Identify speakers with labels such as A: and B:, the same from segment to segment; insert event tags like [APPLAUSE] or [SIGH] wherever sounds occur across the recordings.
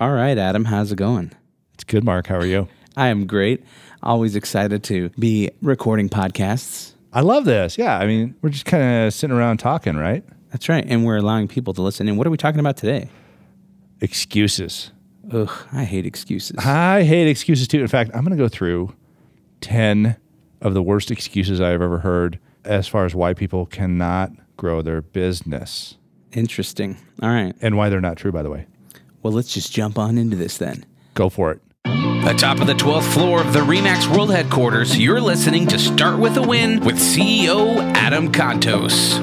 A: All right, Adam, how's it going?
B: It's good, Mark. How are you?
A: I am great. Always excited to be recording podcasts.
B: I love this. Yeah. I mean, we're just kind of sitting around talking, right?
A: That's right. And we're allowing people to listen. And what are we talking about today?
B: Excuses.
A: Ugh, I hate excuses.
B: I hate excuses too. In fact, I'm going to go through 10 of the worst excuses I've ever heard as far as why people cannot grow their business
A: [LAUGHS] Interesting. All right.
B: and why they're not true, by the way.
A: Well, let's just jump on into this then.
B: Go for it.
C: Atop of the 12th floor of the REMAX World Headquarters, you're listening to Start With a Win with CEO Adam Contos.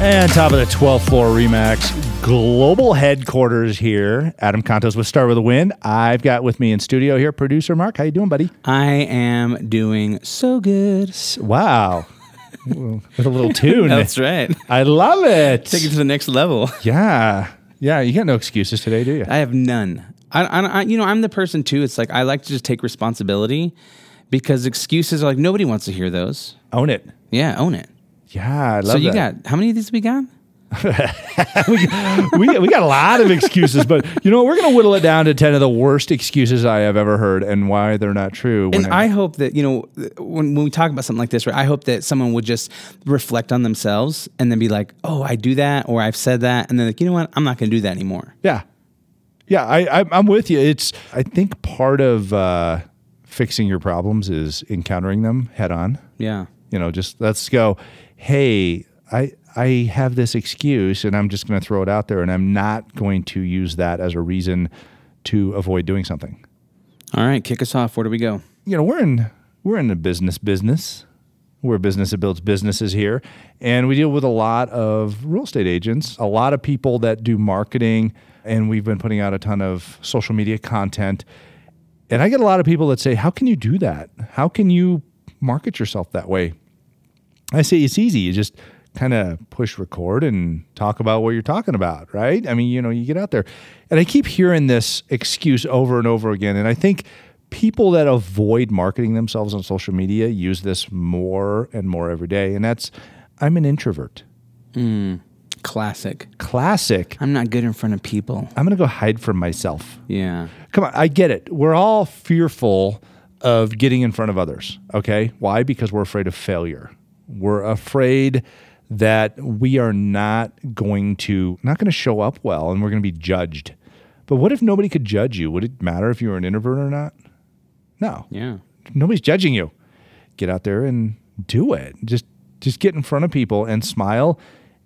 B: And top of the 12th floor Remax global headquarters here. Adam Contos with Star with a Win. I've got with me in studio here producer Mark. How you doing, buddy?
A: I am doing so good.
B: Wow. [LAUGHS] With a little
A: [LAUGHS]
B: tune.
A: That's right.
B: I love it.
A: Take it to the next level.
B: Yeah. Yeah. You got no excuses today, do you?
A: [LAUGHS] I have none. I, I, I, you know, I'm the person too. It's like I like to just take responsibility because excuses are like nobody wants to hear those.
B: Own it.
A: Yeah, own it.
B: Yeah. I love
A: So you
B: that.
A: got how many of these we got?
B: [LAUGHS] we, we got a lot of excuses, but you know, what? we're going to whittle it down to 10 of the worst excuses I have ever heard and why they're not true. when
A: And I hope that you know when, when we talk about something like this, right? I hope that someone would just reflect on themselves and then be like, "Oh, I do that," or "I've said that," and then like, you know what? I'm not going to do that anymore.
B: yeah. Yeah. I, I, I'm with you. It's, I think part of uh, fixing your problems is encountering them head on.
A: Yeah,
B: You know, just let's go, hey, I, I have this excuse and I'm just going to throw it out there and I'm not going to use that as a reason to avoid doing something.
A: All right, kick us off. Where do we go?
B: you know we're in we're in the business business we're a business that builds businesses here and we deal with a lot of real estate agents a lot of people that do marketing and we've been putting out a ton of social media content and i get a lot of people that say how can you do that how can you market yourself that way i say it's easy you just kind of push record and talk about what you're talking about right i mean you know you get out there and i keep hearing this excuse over and over again and i think people that avoid marketing themselves on social media use this more and more every day and that's i'm an introvert
A: Classic.
B: classic
A: I'm not good in front of people.
B: i'm going to go hide from myself
A: Yeah.
B: Come on, I get it. We're all fearful of getting in front of others. Okay. Why? Because we're afraid of failure. We're afraid that we are not going to not going to show up well and we're going to be judged. But what if nobody could judge you? Would it matter if you were an introvert or not? No.
A: Yeah.
B: Nobody's judging you. Get out there and do it. Just just get in front of people and smile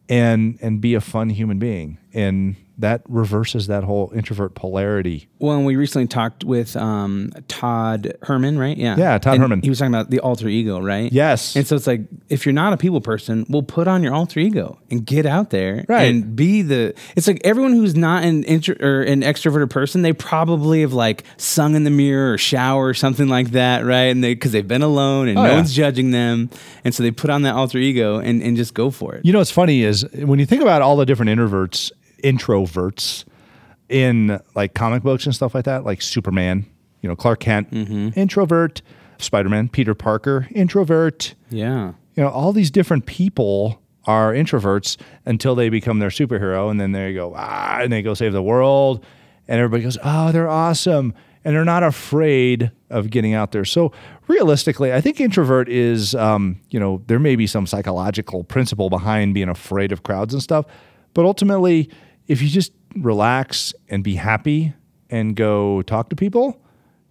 B: and and be a fun human being. And that reverses that whole introvert polarity
A: Well, and we recently talked with um, Todd Herman, right? Yeah.
B: Yeah, Todd
A: And
B: Herman.
A: He was talking about the alter ego, right?
B: Yes.
A: And so it's like, if you're not a people person, well, put on your alter ego and get out there
B: Right.
A: and be the. It's like everyone who's not an intro or an extroverted person, they probably have like sung in the mirror or shower or something like that, right? And they because they've been alone and no
B: Oh, yeah.
A: one's judging them, and so they put on that alter ego and and just go for it.
B: You know what's funny is when you think about all the different introverts, introverts in like comic books and stuff like that, like Superman, you know, Clark Kent, introvert, Spider Man, Peter Parker, introvert.
A: Yeah.
B: You know, all these different people are introverts until they become their superhero, and then they go ah, and they go save the world, and everybody goes oh, they're awesome, and they're not afraid of getting out there. So realistically, I think introvert is, um, you know, there may be some psychological principle behind being afraid of crowds and stuff, but ultimately, if you just relax and be happy and go talk to people,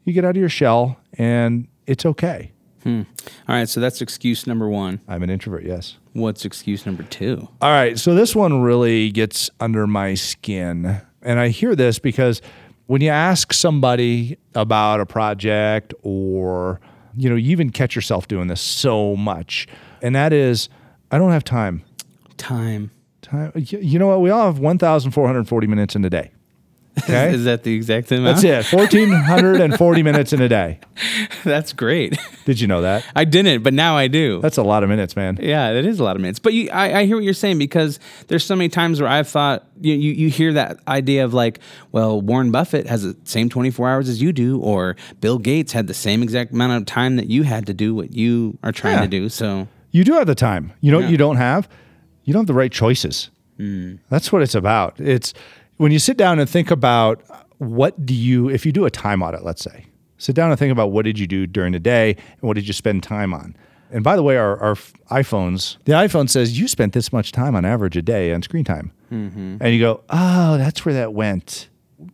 B: you get out of your shell, and it's okay.
A: All right. So that's excuse number one.
B: I'm an introvert, yes.
A: What's excuse number two?
B: All right, so this one really gets under my skin. And I hear this because when you ask somebody about a project or you know, you even catch yourself doing this so much. And that is I don't have time.
A: Time.
B: Time y- you know what? We all have 1440 minutes in a day.
A: [LAUGHS]
B: Okay?
A: Is that the exact amount?
B: That's it. 1440 minutes in a day.
A: [LAUGHS] That's great.
B: Did you know that?
A: I didn't, but now I do.
B: That's a lot of minutes, man.
A: yeah, that is a lot of minutes. But you, I, I hear what you're saying because there's so many times where I've thought you, you you hear that idea of like, well, Warren Buffett has the same 24 hours as you do, or Bill Gates had the same exact amount of time that you had to do what you are trying
B: Yeah.
A: to do. So
B: You do have the time. You know what
A: Yeah.
B: you don't have? You you don't have the right choices. That's what it's about. It's when you sit down and think about what do you, if you do a time audit, let's say, sit down and think about what did you do during the day and what did you spend time on. And by the way, our, our iPhones, the iPhone says you spent this much time on average a day on screen time. And you go, oh, that's where that went.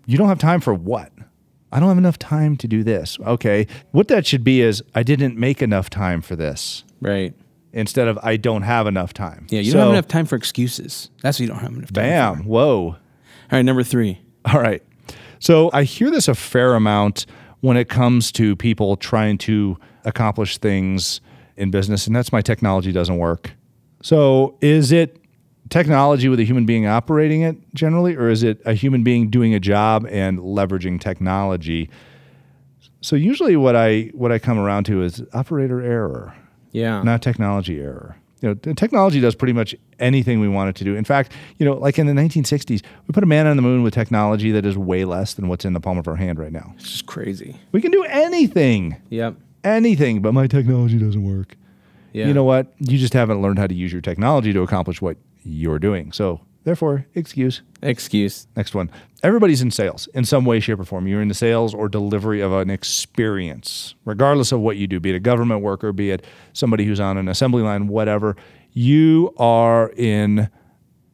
B: You don't have time for what? I don't have enough time to do this. Okay. What that should be is I didn't make enough time for this
A: Right.
B: instead of I don't have enough time.
A: Yeah, you
B: So,
A: don't have enough time for excuses. That's what you don't have enough time.
B: Bam. Whoa.
A: for. All right, number three.
B: All right. So I hear this a fair amount when it comes to people trying to accomplish things in business, and that's my technology doesn't work. So is it technology with a human being operating it generally, or is it a human being doing a job and leveraging technology? So usually what I what I come around to is operator error
A: Yeah.
B: not technology error. You know, t- technology does pretty much anything we want it to do. In fact, you know, like in the 1960s, we put a man on the moon with technology that is way less than what's in the palm of our hand right now.
A: it's just crazy.
B: We can do anything,
A: Yep.
B: anything, but my technology doesn't work.
A: Yeah.
B: You know what? You just haven't learned how to use your technology to accomplish what you're doing. So, therefore, excuse.
A: Excuse.
B: Next one. Everybody's in sales in some way, shape, or form. You're in the sales or delivery of an experience, regardless of what you do, be it a government worker, be it somebody who's on an assembly line, whatever. You are in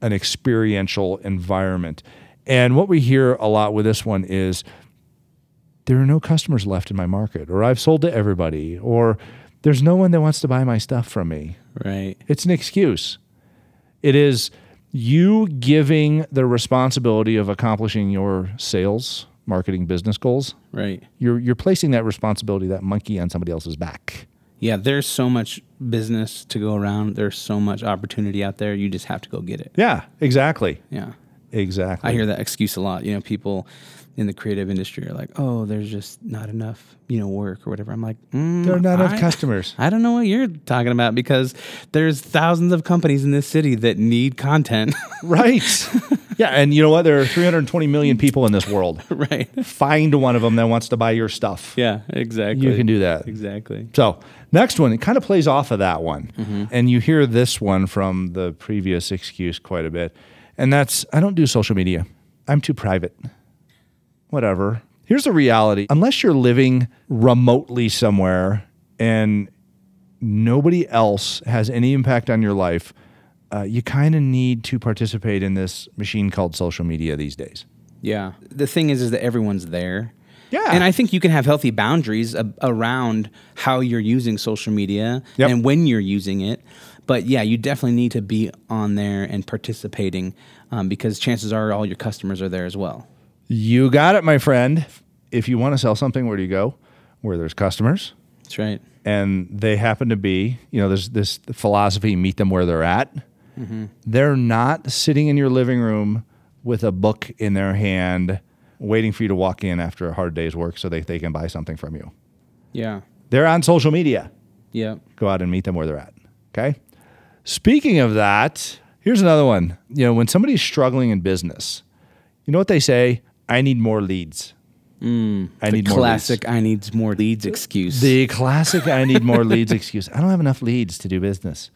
B: an experiential environment. And what we hear a lot with this one is there are no customers left in my market, or I've sold to everybody, or there's no one that wants to buy my stuff from me.
A: Right.
B: It's an excuse. It is you giving the responsibility of accomplishing your sales, marketing, business goals.
A: Right.
B: You're you're placing that responsibility, that monkey, on somebody else's back.
A: Yeah, there's so much business to go around. There's so much opportunity out there. You just have to go get it.
B: Yeah, exactly,
A: Yeah.
B: exactly.
A: I hear that excuse a lot. You know, people in the creative industry are like, "Oh, there's just not enough, you know, work or whatever." I'm like, mm,
B: there are not enough
A: I- [LAUGHS]
B: customers.
A: I don't know what you're talking about because there's thousands of companies in this city that need content, [LAUGHS]
B: right. [LAUGHS] Yeah, and you know what? There are 320 million people in this [LAUGHS] world.
A: right?
B: Find one of them that wants to buy your stuff.
A: Yeah, exactly.
B: You can do that.
A: Exactly.
B: So, next one, it kind of plays off of that one. And you hear this one from the previous excuse quite a bit. And that's I don't do social media, I'm too private. Whatever. Here's the reality unless you're living remotely somewhere and nobody else has any impact on your life, uh, you kind of need to participate in this machine called social media these days.
A: Yeah. The thing is, is that everyone's there.
B: Yeah.
A: And I think you can have healthy boundaries a- around how you're using social media
B: Yep.
A: and when you're using it. But yeah, you definitely need to be on there and participating um, because chances are all your customers are there as well.
B: You got it, my friend. If you want to sell something, where do you go? Where there's customers.
A: That's right.
B: and they happen to be, you know, there's this philosophy meet them where they're at. They're not sitting in your living room with a book in their hand, waiting for you to walk in after a hard day's work so they, they can buy something from you.
A: Yeah.
B: They're on social media.
A: Yeah.
B: Go out and meet them where they're at. Okay. Speaking of that, here's another one. You know, when somebody's struggling in business, you know what they say? I need more leads. I need more leads.
A: Classic. I need more leads. Excuse.
B: The classic I need more leads excuse. I don't have enough leads to do business.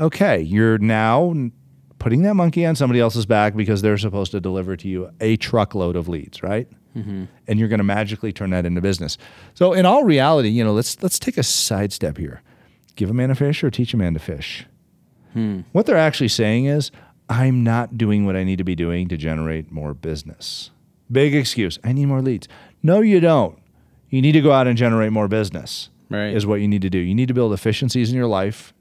B: Okay, you're now n- putting that monkey on somebody else's back because they're supposed to deliver to you a truckload of leads, right? And you're going to magically turn that into business. So in all reality, you know, let's let's take a sidestep here. Give a man a fish or teach a man to fish. What they're actually saying is, I'm not doing what I need to be doing to generate more business. Big excuse. I need more leads. No, you don't. You need to go out and generate more business,
A: Right.
B: is what you need to do. You need to build efficiencies in your life,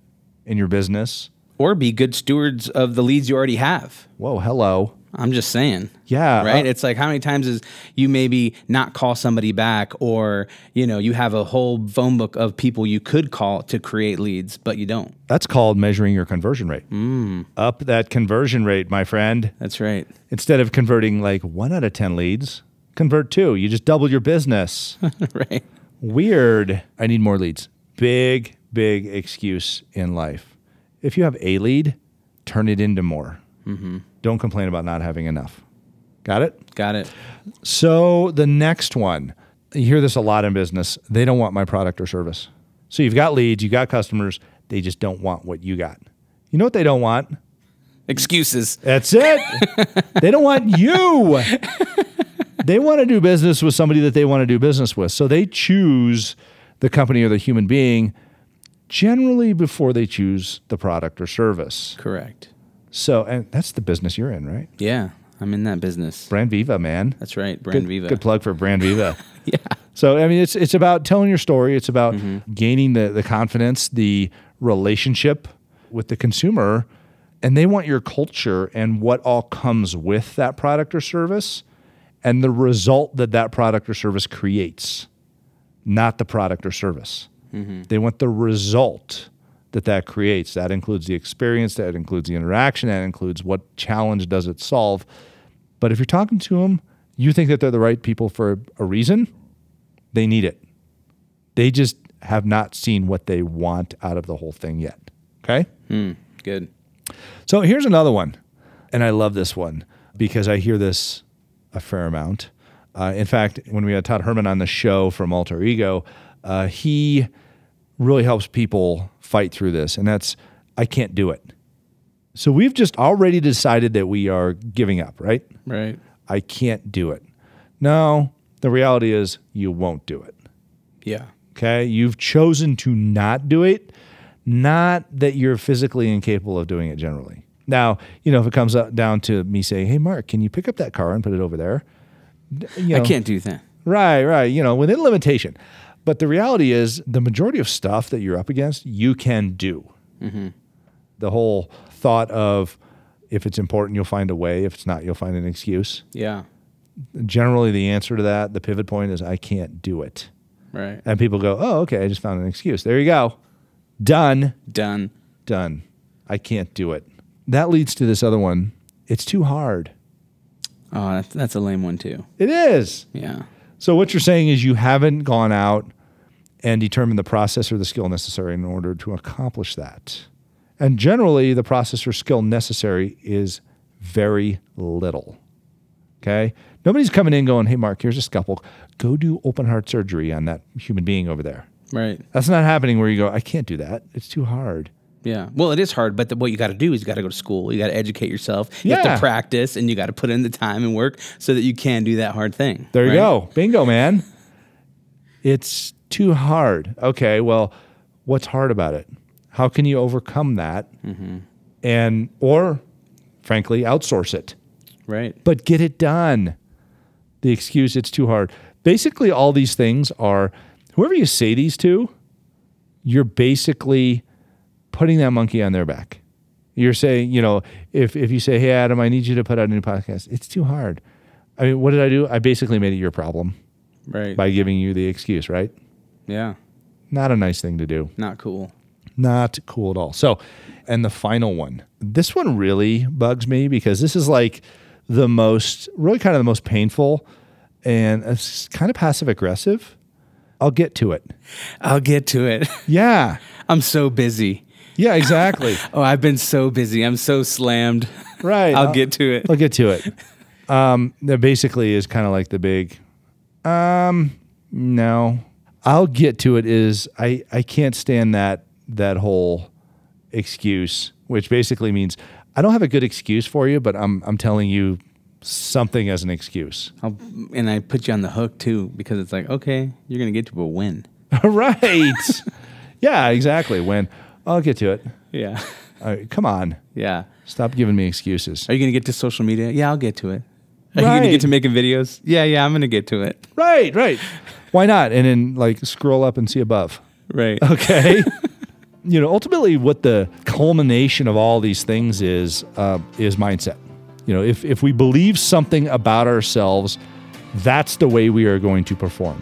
B: in your business.
A: or be good stewards of the leads you already have.
B: Whoa, hello.
A: I'm just saying.
B: Yeah,
A: Right?
B: uh,
A: it's like how many times is you maybe not call somebody back or, you know, you have a whole phone book of people you could call to create leads, but you don't.
B: That's called measuring your conversion rate.
A: Mm.
B: Up that conversion rate, my friend.
A: That's right. [LAUGHS]
B: Instead of converting like one out of 10 leads, convert two. You just double your business.
A: right.
B: Weird. I need more leads. Big, big excuse in life. If you have a lead, turn it into more. Don't complain about not having enough. Got it?
A: Got it.
B: So the next one, you hear this a lot in business. They don't want my product or service. So you've got leads, you've got customers, they just don't want what you got. You know what they don't want?
A: Excuses.
B: That's it. they don't want you. They want to do business with somebody that they want to do business with. So they choose the company or the human being generally before they choose the product or service.
A: Correct.
B: So, and that's the business you're in, right?
A: Yeah, I'm in that business.
B: Brand Viva, man.
A: That's right, Brand
B: Good,
A: Viva.
B: good plug for Brand Viva.
A: Yeah.
B: So I mean, it's it's about telling your story. It's about gaining the the confidence, the relationship with the consumer, and they want your culture and what all comes with that product or service, and the result that that product or service creates, not the product or service. They want the result that that creates. That includes the experience. That includes the interaction. That includes what challenge does it solve. But if you're talking to them, you think that they're the right people for a reason they need it. They just have not seen what they want out of the whole thing yet. Okay.
A: Good.
B: So here's another one. And I love this one because I hear this a fair amount. Uh, in fact, when we had Todd Herman on the show from Alter Ego, uh, he really helps people fight through this. And that's, I can't do it. So we've just already decided that we are giving up, right?
A: Right.
B: I can't do it. No, the reality is you won't do it.
A: Yeah.
B: Okay. You've chosen to not do it, not that you're physically incapable of doing it generally. Now, you know, if it comes up down to me saying, hey, Mark, can you pick up that car and put it over there? D- you
A: I
B: know,
A: can't do that.
B: Right, right. You know, within limitation. But the reality is, the majority of stuff that you're up against, you can do.
A: Mm-hmm.
B: The whole thought of if it's important, you'll find a way. If it's not, you'll find an excuse.
A: Yeah.
B: Generally, the answer to that, the pivot point is, I can't do it.
A: Right.
B: And people go, oh, okay, I just found an excuse. There you go. Done.
A: Done.
B: Done. I can't do it. That leads to this other one. It's too hard.
A: Oh, that's, that's a lame one too.
B: It is.
A: Yeah.
B: So, what you're saying is you haven't gone out and determined the process or the skill necessary in order to accomplish that. And generally, the process or skill necessary is very little. Okay. Nobody's coming in going, hey, Mark, here's a scalpel. Go do open heart surgery on that human being over there.
A: Right.
B: That's not happening where you go, I can't do that. It's too hard.
A: Yeah. Well, it is hard, but the, what you got to do is you got to go to school. You got to educate yourself. You have
B: Yeah.
A: to practice and you got to put in the time and work so that you can do that hard thing.
B: There
A: right?
B: you go. Bingo, man. It's too hard. Okay, well, what's hard about it? How can you overcome that? And, or frankly, outsource it,
A: Right.
B: but get it done. The excuse, it's too hard. Basically, all these things are whoever you say these to, you're basically putting that monkey on their back. You're saying, you know, if if you say, "Hey Adam, I need you to put out a new podcast," it's too hard. I mean, what did I do? I basically made it your problem
A: Right.
B: by giving you the excuse, right?
A: Yeah.
B: Not a nice thing to do.
A: Not cool.
B: Not cool at all. So, and the final one. This one really bugs me because this is like the most, really kind of the most painful and it's kind of passive aggressive. I'll get to it.
A: I'll get to it. [LAUGHS]
B: Yeah.
A: I'm so busy.
B: Yeah, exactly.
A: Oh, I've been so busy. I'm so slammed.
B: right.
A: [LAUGHS] I'll get to it.
B: I'll get to it. Um, that basically is kind of like the big, um, no, I'll get to it. Is I I can't stand that that whole excuse, which basically means I don't have a good excuse for you, but I'm I'm telling you something as an excuse.
A: I'll, and I put you on the hook too because it's like, okay, you're gonna get to a win.
B: right? yeah, exactly. When I'll get to it.
A: Yeah.
B: Uh, come on,
A: [LAUGHS] Yeah.
B: stop giving me excuses.
A: Are you gonna get to social media? Yeah, I'll get to it. Are you gonna
B: Right.
A: get to making videos? Yeah, yeah, I'm gonna get to it.
B: Right, right. Why not? And then like scroll up and see above.
A: Right.
B: Okay. [LAUGHS] you know, ultimately, what the culmination of all these things is uh, is mindset. You know, if if we believe something about ourselves, that's the way we are going to perform.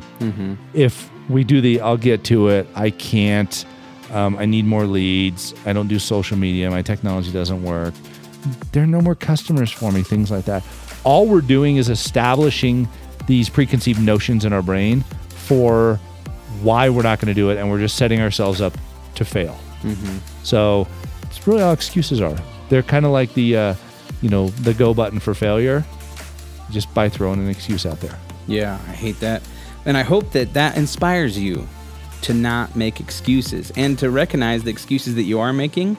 B: If we do the "I'll get to it," I can't. Um, I need more leads. I don't do social media. My technology doesn't work. There are no more customers for me. Things like that. All we're doing is establishing these preconceived notions in our brain for why we're not going to do it, and we're just setting ourselves up to fail. So it's really all excuses are. They're kind of like the, uh, you know, the go button for failure, just by throwing an excuse out there.
A: Yeah, I hate that. And I hope that that inspires you to not make excuses and to recognize the excuses that you are making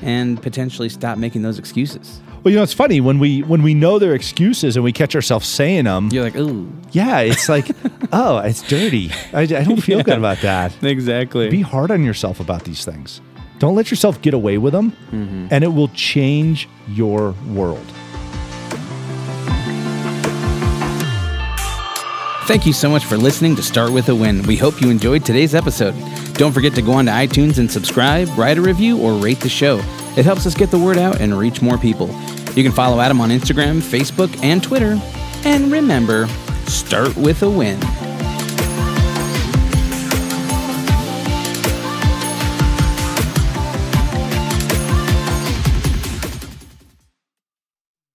A: and potentially stop making those excuses.
B: Well, you know, it's funny when we when we know their excuses and we catch ourselves saying them.
A: You're like, ooh.
B: Yeah, it's like, oh, it's dirty. I, I don't feel good about that.
A: Exactly.
B: Be hard on yourself about these things. Don't let yourself get away with them, and it will change your world.
A: Thank you so much for listening to Start With a Win. We hope you enjoyed today's episode. Don't forget to go on to iTunes and subscribe, write a review, or rate the show. It helps us get the word out and reach more people. You can follow Adam on Instagram, Facebook, and Twitter. And remember, start with a win.